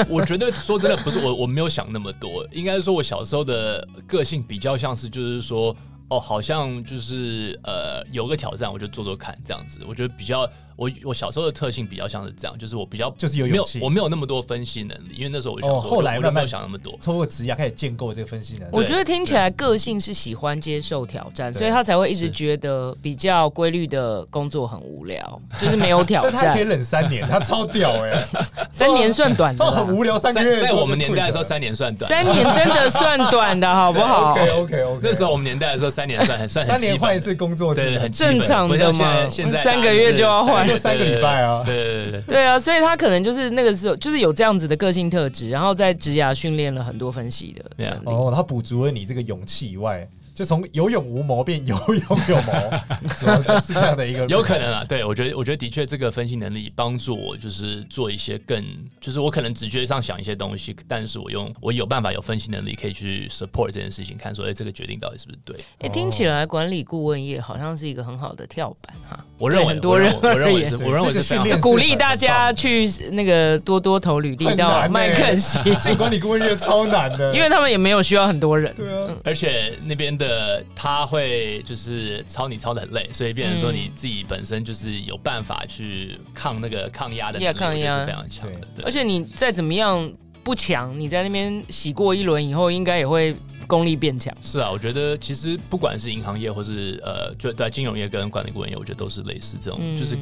Speaker 3: 我我觉得说真的，不是我我没有想那么多，应该说我小时候的个性比较像是就是说。哦，好像就是呃，有个挑战我就做做看这样子。我觉得比较，我我小时候的特性比较像是这样，就是我比较
Speaker 1: 就是有勇
Speaker 3: 没有
Speaker 1: 气，
Speaker 3: 我没有那么多分析能力，因为那时候我想说，
Speaker 1: 哦后来
Speaker 3: 我就
Speaker 1: 慢慢
Speaker 3: 没有想那么多。
Speaker 1: 透过职涯开始建构这个分析能力。
Speaker 2: 我觉得听起来个性是喜欢接受挑战，
Speaker 1: 对
Speaker 2: 所以他才会一直
Speaker 3: 是
Speaker 2: 觉得比较规律的工作很无聊，就是没有 挑
Speaker 1: 但他还可以
Speaker 2: 战。
Speaker 1: 忍三年，他超屌哎、
Speaker 2: 三年算短的
Speaker 1: 他
Speaker 2: 啦，
Speaker 1: 很无聊三个月。
Speaker 3: 在在我们年代的时候，三年算短。
Speaker 2: 三年真的算短的好 不 好？
Speaker 1: OK OK OK，
Speaker 3: 那时候我们年代的时候，三年算很算很
Speaker 1: 欸三年
Speaker 3: 基本
Speaker 1: 换一，次工作
Speaker 3: 对，
Speaker 1: 是
Speaker 3: 很
Speaker 1: 很
Speaker 3: 基本
Speaker 2: 正常的
Speaker 3: 不像现
Speaker 2: 嘛
Speaker 3: 在现在
Speaker 2: 三个月就要换
Speaker 3: 对对
Speaker 1: 三个礼拜啊
Speaker 3: 对对对对对，
Speaker 2: 对啊，所以他可能就是那个时候就是有这样子的个性特质，然后在职涯训练了很多分析的能力。
Speaker 1: 哦，他补足了你这个勇气以外，就从有勇无谋变有勇有 谋，主要是是这样的一个
Speaker 3: 有可能啊。对我觉得，我觉得的确这个分析能力帮助我，就是做一些更，就是我可能直觉上想一些东西，但是我用我有办法有分析能力可以去 support 这件事情，看说哎、这个决定到底是不是对。
Speaker 1: 哦
Speaker 2: 哎、听起来管理顾问业好像是一个很好的跳板哈，
Speaker 3: 我认为
Speaker 2: 对很多人
Speaker 3: 我认为我认为
Speaker 2: 而
Speaker 3: 是，
Speaker 1: 言
Speaker 3: 我认为是
Speaker 1: 对这个训
Speaker 3: 非常
Speaker 1: 练 是
Speaker 2: 鼓励大家去那个多多投履历到麦 肯锡，
Speaker 1: 进欸管理顾问业超难的，
Speaker 2: 因为他们也没有需要很多人。
Speaker 1: 对啊，
Speaker 3: 而且那边的他会就是操你操的很累，所以
Speaker 2: 嗯
Speaker 3: 变成说你自己本身就是有办法去抗那个抗压的能
Speaker 2: 要
Speaker 3: 力，
Speaker 2: 抗压
Speaker 3: 我觉得是非常强的。对
Speaker 2: 而且你再怎么样不强，你在那边洗过一轮以后，应该也会功力变强。
Speaker 3: 是啊，我觉得其实不管是银行业或是呃，就对金融业跟管理顾问业，我觉得都是类似这种，
Speaker 2: 嗯
Speaker 3: 就是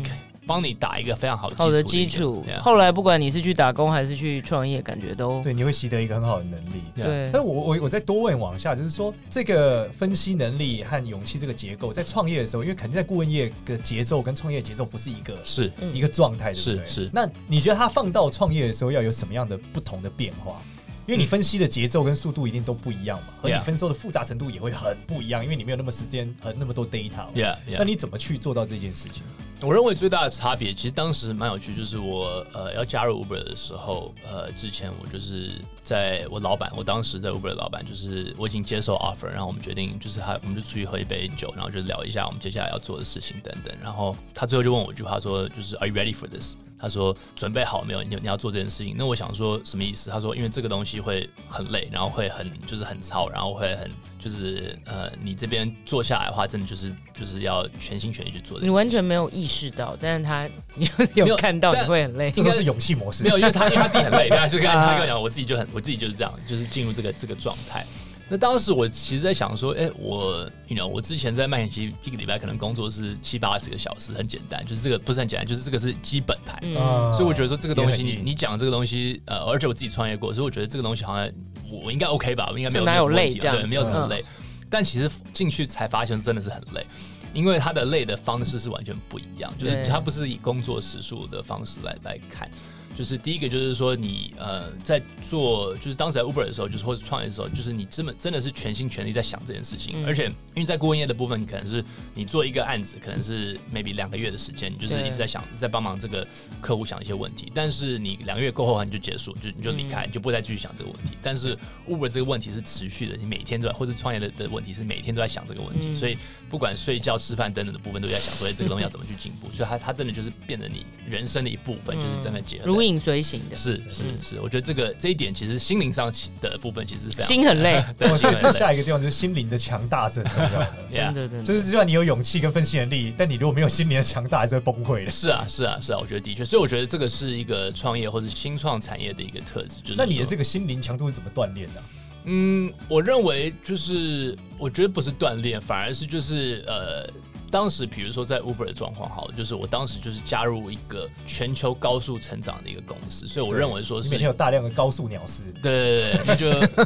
Speaker 3: 帮你打一个非常好的
Speaker 2: 好的
Speaker 3: 基
Speaker 2: 基础
Speaker 3: 础的一个，
Speaker 2: 后来不管你是去打工还是去创业，感觉都
Speaker 1: 对，你会习得一个很好的能力。
Speaker 3: 对
Speaker 2: 对
Speaker 1: 但我我我再多问往下，就是说这个分析能力和勇气这个结构，在创业的时候，因为肯定在顾问业的节奏跟创业节奏不是一个
Speaker 3: Yeah，是。
Speaker 2: 嗯
Speaker 1: 一个状态，对不对？
Speaker 3: 是是
Speaker 1: 那你觉得它放到创业的时候要有什么样的不同的变化？因为你分析的节奏跟速度一定都不一样嘛，和你
Speaker 3: Yeah
Speaker 1: 分析的复杂程度也会很不一样，因为你没有那么时间和那么多 data 嘛。
Speaker 3: Yeah, yeah.
Speaker 1: 那你怎么去做到这件事情？
Speaker 3: 我认为最大的差别，其实当时蛮有趣，就是我呃要加入 Uber 的时候，呃之前我就是在我老板，我当时在 Uber 的老板，就是我已经接受 offer，然后我们决定就是他，我们就出去喝一杯酒，然后就聊一下我们接下来要做的事情等等。然后他最后就问我一句话说，就是 Are you ready for this？他说准备好没有？你你要做这件事情。那我想说什么意思？他说因为这个东西会很累，然后会很就是很操，然后会很就是呃你这边做下来的话，真的就是就是要全心全意去做这件事情。
Speaker 2: 你完全没有意识到，但是 他你有有
Speaker 3: 没有
Speaker 2: 看到，你
Speaker 3: 但
Speaker 2: 会很累。
Speaker 1: 这就是勇气模式
Speaker 3: 没。有，因为他因为他自己很累，对啊，就跟他
Speaker 2: 啊
Speaker 3: 他跟我讲，我自己就很我自己就是这样，就是进入这个这个状态。那当时我其实在想说，哎、我，you know，我之前在麦肯锡一个礼拜可能工作是七八十个小时，很简单，就是这个不是很简单，就是这个是基本盘。
Speaker 1: 啊
Speaker 2: 嗯，
Speaker 3: 所以我觉得说这个东
Speaker 1: 也
Speaker 3: 西，
Speaker 1: 很
Speaker 3: 你
Speaker 1: 硬
Speaker 3: 你讲这个东西，呃，而且我自己创业过，所以我觉得这个东西好像我我应该 OK 吧，我应该没
Speaker 2: 就
Speaker 3: 有
Speaker 2: 哪有
Speaker 3: 没什么问
Speaker 2: 累
Speaker 3: 题啊
Speaker 2: 这样
Speaker 3: 对，
Speaker 2: 子
Speaker 3: 没有什么
Speaker 2: 嗯
Speaker 3: 累。但其实进去才发现真的是很累，因为它的累的方式是完全不一样，就是
Speaker 2: 对
Speaker 3: 它不是以工作时数的方式来来看。就是第一个就是说你呃在做就是当时在 Uber 的时候，就是或是创业的时候，就是你真的真的是全心全力在想这件事情，
Speaker 2: 嗯
Speaker 3: 而且因为在顾问业的部分，你可能是你做一个案子，可能是 maybe 两个月的时间，你就是
Speaker 2: 对
Speaker 3: 一直在想在帮忙这个客户想一些问题，但是你两个月过后你就结束，就你就离
Speaker 2: 嗯
Speaker 3: 开，你就不再继续想这个问题。但是 Uber 这个问题是持续的，你每天都在，或者创业的的问题是每天都在想这个问题，
Speaker 2: 嗯
Speaker 3: 所以不管睡觉、吃饭等等的部分都在想，哎所以这个东西要怎么去进步，所 以它它真的就是变成你人生的一部分，就是真的结合在
Speaker 2: 如影随形的，
Speaker 3: 是是是，我觉得这个这一点其实心灵上的部分其实非常
Speaker 2: 心很 累，
Speaker 3: 对啊
Speaker 1: 我
Speaker 3: 心
Speaker 1: 觉
Speaker 3: 很
Speaker 1: 得
Speaker 3: 累。
Speaker 1: 下一个地方就是心灵的强大是很重要的
Speaker 3: Yeah
Speaker 2: 真的真的。
Speaker 1: 就是就算你有勇气跟分析能力，但你如果没有心灵的强大，还是会崩溃的。
Speaker 3: 是啊是啊是啊，我觉得的确，所以我觉得这个是一个创业或是新创产业的一个特质，就是
Speaker 1: 那你的这
Speaker 3: 个
Speaker 1: 个心灵强度是怎么锻炼的啊？
Speaker 3: 嗯，我认为就是我觉得不是锻炼，反而是就是呃。当时，比如说在 Uber 的状况，好了，就是我当时就是加入一个全球高速成长的一个公司，所以我认为说
Speaker 1: 你
Speaker 3: 是
Speaker 1: 每天有大量的高速鸟事，
Speaker 3: 对对对，那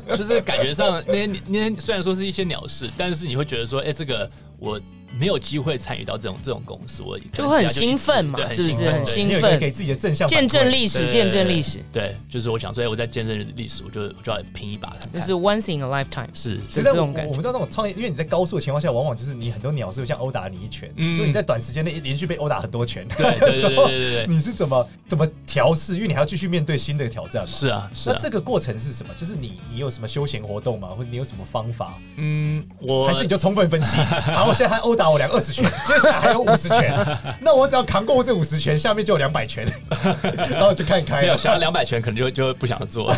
Speaker 3: 就就是感觉上那天那天虽然说是一些鸟事，但是你会觉得说，哎、这个我没有机会参与到这种这种公司，我可能
Speaker 2: 就会很
Speaker 3: 其他一
Speaker 2: 兴奋嘛
Speaker 3: 对很
Speaker 2: 是不是
Speaker 3: 兴奋
Speaker 2: 很
Speaker 3: 对
Speaker 2: 兴
Speaker 1: 你有一
Speaker 2: 奋
Speaker 1: 个给自己的正向反馈
Speaker 2: 见证历史，
Speaker 3: 对
Speaker 2: 见证历史，
Speaker 3: 对，就是我想说，哎、我在见证历史，我就我就要拼一把看
Speaker 2: 就
Speaker 3: 看
Speaker 2: 是 once in a lifetime。
Speaker 3: 是是
Speaker 1: 所以在
Speaker 2: 这
Speaker 1: 我
Speaker 2: 种感觉
Speaker 1: 我们知道那种创业，因为你在高速的情况下，往往就是你很多鸟是会像殴打你一拳，
Speaker 3: 嗯
Speaker 1: 所以你在短时间内连续被殴打很多拳。
Speaker 3: 对对对对对对对对，
Speaker 1: 你是怎么怎么调试？因为你还要继续面对新的挑战嘛。
Speaker 3: 是啊是啊
Speaker 1: 那，这个过程是什么？就是你你有什么休闲活动吗？或者你有什么方法？
Speaker 3: 嗯，我
Speaker 1: 还是你就充分分 析？好，我现在还殴打我两二十拳，接下来还有五十拳，那我只要扛过这五十拳，下面就有两百 拳，然后就看开
Speaker 3: 没有
Speaker 1: 了。
Speaker 3: 想到两百拳，可能就就不想 做。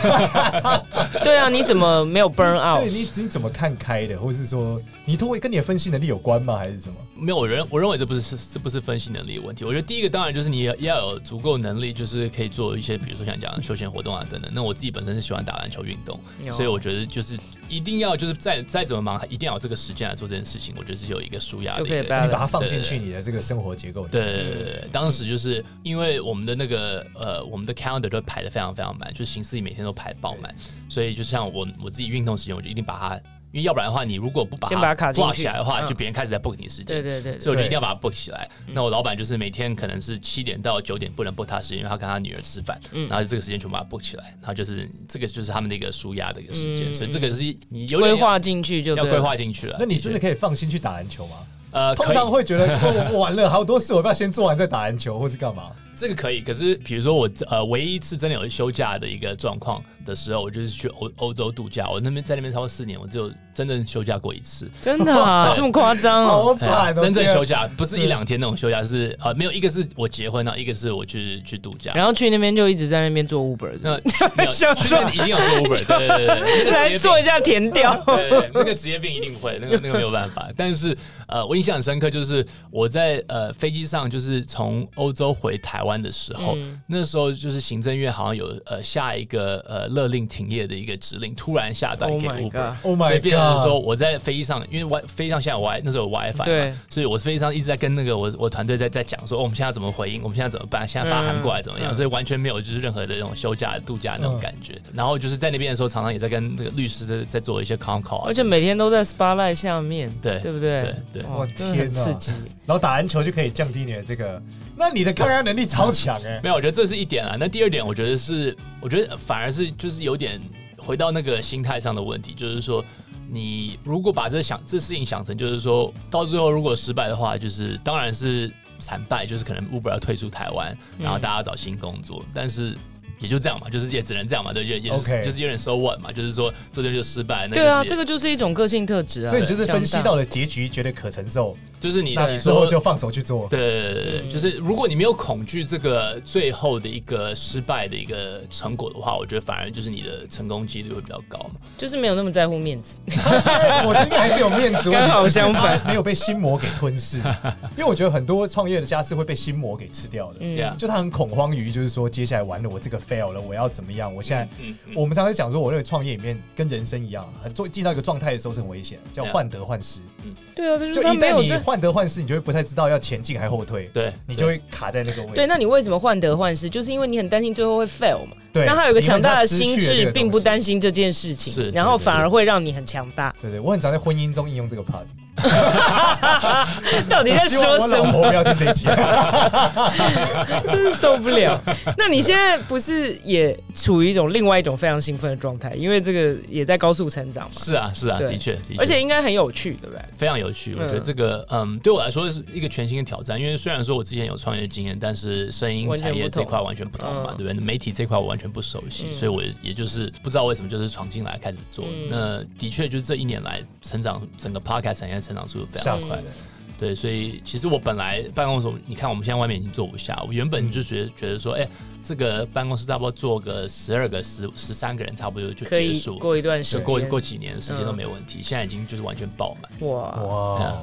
Speaker 2: 对啊，你怎么没有 burn
Speaker 1: 对
Speaker 2: out？
Speaker 1: 你你怎么看开的，或是说你通过跟你的分析能力有关吗？还是什么？
Speaker 3: 没有，我认我认为这不是是是不是分析能力的问题。我觉得第一个当然就是你要有足够能力，就是可以做一些，比如说像讲的休闲活动啊等等。那我自己本身是喜欢打篮球运动，
Speaker 2: 哦
Speaker 3: 所以我觉得就是一定要就是再再怎么忙，一定要有这个时间来做这件事情。我觉得是有一个舒压的
Speaker 2: 就
Speaker 3: 一
Speaker 2: 可以
Speaker 3: 个
Speaker 2: balance
Speaker 1: 你把它放进去你的这个生活结构里。
Speaker 3: 对对对对对，当时就是因为我们的那个呃，我们的 calendar 都排的非常非常满，就是行事历每天都排爆满，
Speaker 2: 嗯
Speaker 3: 所以就像我我自己运动时间，我就一定把它，因为要不然的话，你如果不把
Speaker 2: 先把它卡进
Speaker 3: block
Speaker 2: 去
Speaker 3: 起来的话，
Speaker 2: 嗯
Speaker 3: 就别人开始在 book 你的时间。
Speaker 2: 对对对嗯
Speaker 3: 所
Speaker 2: 对，
Speaker 3: 以我就一定要把它 book 起来。那我老板就是每天可能是七点到九点不能 book 他的时间，因为他跟他女儿吃饭，
Speaker 2: 嗯
Speaker 3: 然后这个时间全部把它 book 起来，然后就是这个就是他们的一个舒压的一个时间，
Speaker 2: 嗯
Speaker 3: 所以这个是你有点
Speaker 2: 规
Speaker 3: 要
Speaker 2: 划进去就
Speaker 3: 要
Speaker 2: 对了
Speaker 3: 规划进去了。
Speaker 1: 那你真的
Speaker 3: 的确
Speaker 1: 可以放心去打篮球吗？
Speaker 3: 呃，
Speaker 1: 通常
Speaker 3: 可以
Speaker 1: 会觉得哦我我完了好多事，我要不要先做完再打篮球，或是干嘛？
Speaker 3: 这个可以，可是比如说我呃唯一一次真的有休假的一个状况的时候，我就是去欧欧洲度假，我那边在那边超过四年，我只有真正休假过一 次。哎
Speaker 2: 真的 啊，这么夸张哦？
Speaker 1: 好惨哦！
Speaker 3: 嗯真正
Speaker 1: 这个
Speaker 3: 休假不是一两天那种休假，是呃没有一个是我结婚了，啊一个是我去去度 假。
Speaker 2: 然后去那边就一直在那边做 Uber，是不
Speaker 3: 那
Speaker 2: 是
Speaker 3: 没有
Speaker 2: 想
Speaker 3: 去那
Speaker 2: 说
Speaker 3: 里一定要做 Uber，对对对对，
Speaker 2: 来
Speaker 3: 那个职业病
Speaker 2: 做一。下填调。
Speaker 3: 对对，对那个职业病一定会，那个那个没有办法。但是呃，我印象很深刻，就是我在呃飞机上，就是从欧洲回台湾的时候，
Speaker 2: 嗯
Speaker 3: 那时候就是行政院好像有呃下一个呃勒令停业的一个指令，突然下达
Speaker 2: Oh
Speaker 3: 给
Speaker 2: my
Speaker 3: Uber，、
Speaker 1: Oh my
Speaker 3: 所以变成是
Speaker 1: God
Speaker 3: 说我在飞机上，因为 Wi 飞机上现在有 Wi 那时候有 WiFi 嘛
Speaker 2: 对
Speaker 3: 所以我飞机上一直在跟那个我我团队在在讲说、哦我们现在要怎么回应，我们现在怎么办，现在发
Speaker 2: 嗯
Speaker 3: 函过来怎么样，所以完全没有就是任何的那种休假度假那种
Speaker 1: 嗯
Speaker 3: 感觉。然后就是在那边的时候，常常也在跟这个律师在在做一些 con call，啊
Speaker 2: 而且每天都在 spotlight 下面，
Speaker 3: 对
Speaker 2: 对不对？
Speaker 3: 对对
Speaker 2: 哇
Speaker 1: 我
Speaker 2: 真的
Speaker 1: 天
Speaker 2: 很
Speaker 1: 哪
Speaker 2: 刺激。
Speaker 1: 然后打篮球就可以降低你的这个，那你的抗压能力超强哎、
Speaker 3: 没有，我觉得这是一点啊。那第二点，我觉得是，我觉得反而是就是有点回到那个心态上的问题，就是说，你如果把这想这事情想成，就是说到最后如果失败的话，就是当然是惨败，就是可能 Uber 要退出台湾，
Speaker 2: 嗯
Speaker 3: 然后大家找新工作，但是。也就这样嘛，就是也只能这样嘛，对，也也是
Speaker 1: OK
Speaker 3: 就是有点 so what 嘛，就是说这就就失败，那
Speaker 2: 对啊，
Speaker 3: 就是也
Speaker 2: 这个就是一种个性特质啊。
Speaker 1: 所以你就是分析
Speaker 2: 强大
Speaker 1: 到了结局，觉得可承受，
Speaker 3: 就是你
Speaker 1: 那
Speaker 3: 你
Speaker 1: 之
Speaker 3: 说
Speaker 1: 后就放手去做。
Speaker 3: 对对对对对，就是如果你没有恐惧这个最后的一个失败的一个成果的话，我觉得反而就是你的成功几率会比较高嘛。
Speaker 2: 就是没有那么在乎面子。
Speaker 1: 哎我觉得应该还是有面子问题，
Speaker 2: 刚好
Speaker 1: 只是
Speaker 2: 相反
Speaker 1: 他没有被心魔给吞噬。 因为我觉得很多创业的家是会被心魔给吃掉的，
Speaker 2: 嗯
Speaker 3: 对啊，
Speaker 1: 就他很恐慌于就是说接下来完了，我这个 fail 了，我要怎么样？我现在
Speaker 3: 嗯嗯
Speaker 1: 我们常常讲说，我认为创业里面跟人生一样，啊很做进到一个状态的时候是很危险，叫
Speaker 3: Yeah
Speaker 1: 患得患失。
Speaker 2: 对啊，就是
Speaker 1: 就
Speaker 2: 他
Speaker 1: 一
Speaker 2: 没
Speaker 1: 旦
Speaker 2: 有
Speaker 1: 你
Speaker 2: 这。
Speaker 1: 患得患失，你就会不太知道要前进还后退，
Speaker 3: 对，
Speaker 1: 你就会卡在那个位置。
Speaker 2: 对，那你为什么患得患失？就是因为你很担心最后会 fail 嘛。
Speaker 1: 对
Speaker 2: 那他有一个强大的心
Speaker 1: 因为他失去了这
Speaker 2: 智，
Speaker 1: 个
Speaker 2: 并不
Speaker 1: 东西
Speaker 2: 担心这件事情
Speaker 3: 是，
Speaker 2: 然后
Speaker 3: 对
Speaker 2: 反
Speaker 3: 是
Speaker 2: 而会让你很强大。
Speaker 1: 对对，我很常在婚姻中应用这个 part，
Speaker 2: 到底在
Speaker 1: 希望
Speaker 2: 说
Speaker 1: 我
Speaker 2: 什
Speaker 1: 老
Speaker 2: 么？
Speaker 1: 婆不要听这一集。 啊
Speaker 2: 真是受 不了。那你现在不是也处于一种另外一种非常兴奋的状态，因为这个也在高速成长嘛，
Speaker 3: 是啊，是啊，
Speaker 2: 对
Speaker 3: 的确，的确
Speaker 2: 而且应该很有趣，对不对？
Speaker 3: 非常有趣。我觉得这个，嗯，对我来说是一个全新的挑战，因为虽然说我之前有创业经验，但是声音
Speaker 2: 完全
Speaker 3: 产业
Speaker 2: 不同
Speaker 3: 这块完全不同嘛，
Speaker 2: 嗯
Speaker 3: 对不对？媒体这块我完全不熟悉，
Speaker 2: 嗯
Speaker 3: 所以我也就是不知道为什么就是闯进来开始做。
Speaker 2: 嗯
Speaker 3: 那的确就是这一年来成长，整个 podcast 产业成长速度非常
Speaker 1: 吓死
Speaker 3: 快
Speaker 1: 人！
Speaker 3: 对，所以其实我本来办公室，你看我们现在外面已经坐不下，我原本就觉得、觉得说，哎、这个办公室差不多坐个十二个、十十三个人，差不多就
Speaker 2: 可
Speaker 3: 结
Speaker 2: 以
Speaker 3: 束。
Speaker 2: 过一段时
Speaker 3: 就
Speaker 2: 间，
Speaker 3: 过过几年时间都
Speaker 2: 嗯
Speaker 3: 没问题，现在已经就是完全爆满。
Speaker 2: 哇，
Speaker 1: 哇。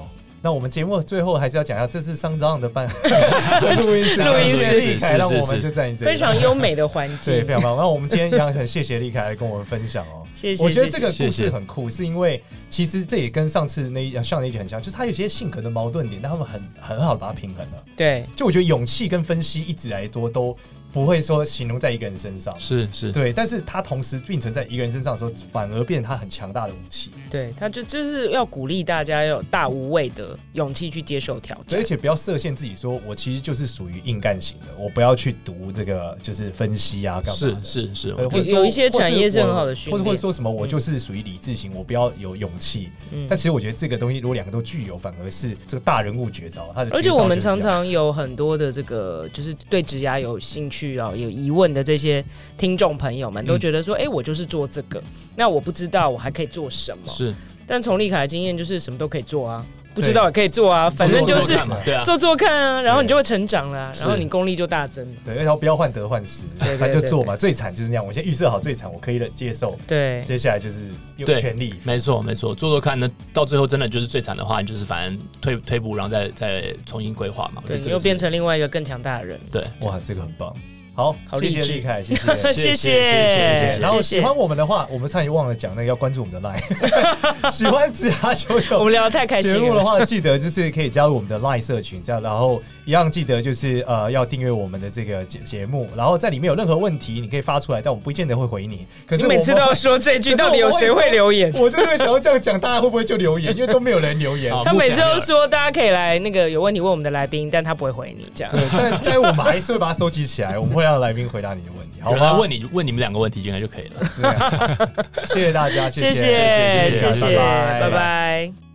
Speaker 1: 那我们节目最后还是要讲一下，这次上当的办 录音室，
Speaker 2: 录音 室
Speaker 1: 谢谢立凯，
Speaker 3: 是是
Speaker 1: 让我们
Speaker 3: 是
Speaker 1: 就在你这里，
Speaker 2: 非常优美的环
Speaker 1: 对，
Speaker 2: 境
Speaker 1: 非，常棒。那我们今天一样很谢谢立凯来跟我们分享哦。
Speaker 2: 谢谢。
Speaker 1: 我觉得这
Speaker 2: 谢
Speaker 1: 个故
Speaker 3: 谢
Speaker 1: 事
Speaker 3: 谢
Speaker 1: 很酷，是因为其实这也跟上次那一上那一集很像，就是他有些性格的矛盾点，但他们很很好的把它平衡了。
Speaker 2: 谢对
Speaker 1: 就我觉得勇气跟分析一直来多都不会说形容在一个人身上，
Speaker 3: 是是，
Speaker 1: 对，但是他同时并存在一个人身上的时候，反而变成他很强大的武器，
Speaker 2: 对，他就就是要鼓励大家要有大无畏的勇气去接受挑
Speaker 1: 对
Speaker 2: 战
Speaker 1: 而。且不要设限自己说，我其实就是属于硬干型的，我不要去读这个就是分析啊干嘛
Speaker 3: 是
Speaker 1: 的。
Speaker 3: 是是，
Speaker 1: 呃
Speaker 3: 我
Speaker 1: 或者
Speaker 2: 有
Speaker 1: 说
Speaker 2: 有一些
Speaker 1: 或
Speaker 2: 产业是很
Speaker 1: 我
Speaker 2: 好的训
Speaker 1: 或者或者
Speaker 2: 练
Speaker 1: 说什么我就是属于理智型，我不要有勇气。
Speaker 2: 嗯
Speaker 1: 但其实我觉得这个东西，如果两个都具有，反而是这个大人物绝招。他的
Speaker 2: 而
Speaker 1: 绝
Speaker 2: 且
Speaker 1: 招
Speaker 2: 我们
Speaker 1: 就是这样
Speaker 2: 常常有很多的这个，就是对职涯有兴趣啊、有疑问的这些听众朋友们，
Speaker 1: 嗯
Speaker 2: 都觉得说，哎、我就是做这个，那我不知道我还可以做什么。
Speaker 3: 是
Speaker 2: 但从立凯的经验就是什么都可以做啊，不
Speaker 1: 对
Speaker 2: 知道也可以做啊，反正
Speaker 1: 做
Speaker 2: 就
Speaker 1: 做
Speaker 2: 是
Speaker 1: 看嘛
Speaker 3: 对啊，
Speaker 2: 做做看啊，然后你
Speaker 1: 对
Speaker 2: 就会成长啦，然后
Speaker 3: 是
Speaker 2: 你功力就大增了。
Speaker 1: 对，然后不要患得患失，
Speaker 2: 对对
Speaker 1: 反正就
Speaker 2: 对
Speaker 1: 做嘛。最惨就是那样，我先预设好最惨，我可以忍接受，
Speaker 2: 对，
Speaker 1: 接下来就是用
Speaker 3: 对
Speaker 1: 全力。
Speaker 3: 没错没错，做做看呢，到最后真的就是最惨的话，你就是反正退退步，然后再再重新规划嘛。我觉
Speaker 2: 对
Speaker 3: 得
Speaker 2: 你
Speaker 3: 这个
Speaker 2: 又
Speaker 3: 是
Speaker 2: 变成另外一个更强大的人。
Speaker 3: 对，
Speaker 1: 哇，这个很棒。好，
Speaker 2: 好
Speaker 1: 谢
Speaker 2: 励
Speaker 1: 谢
Speaker 2: 志
Speaker 1: 立凯，谢谢。
Speaker 2: 谢
Speaker 3: 谢
Speaker 2: 谢
Speaker 3: 谢谢
Speaker 2: 谢
Speaker 3: 谢
Speaker 1: 哎然后
Speaker 2: 谢
Speaker 1: 喜
Speaker 2: 谢
Speaker 1: 欢我们的话，我们差点忘了讲那个要关注我们的 line，喜 欢子牙九
Speaker 2: 我
Speaker 1: 九
Speaker 2: 们聊得太开
Speaker 1: 节
Speaker 2: 心
Speaker 1: 目的
Speaker 2: 了。
Speaker 1: 话，记得就是可以加入我们的 line 社群，这样，然后一样记得就是呃要订阅我们的这个节节目，然后在里面有任何问题你可以发出来，但我们不见得会回你。可是
Speaker 2: 你
Speaker 1: 我
Speaker 2: 每次都要
Speaker 1: 们。
Speaker 2: 说这句，
Speaker 1: 可是我
Speaker 2: 到底有谁会留言？
Speaker 1: 我就会想要这样讲，大家会不会就留言？因为都没有人留 言。
Speaker 3: 好
Speaker 2: 他
Speaker 3: 目
Speaker 2: 每
Speaker 3: 前
Speaker 2: 次
Speaker 3: 还没
Speaker 2: 都
Speaker 3: 有
Speaker 2: 说大家可以来那个有问题问我们的来宾，但他不会回你这样
Speaker 1: 对。，但但我们还是会把它收集起来，我们会让来宾回答你的问题，好
Speaker 3: 有人来
Speaker 1: 吗？
Speaker 3: 问你问你们两个问题应该就可以了。
Speaker 1: 对啊谢谢大家，谢谢
Speaker 2: 谢谢
Speaker 1: 谢
Speaker 2: 谢谢，
Speaker 1: 拜拜
Speaker 2: 拜拜。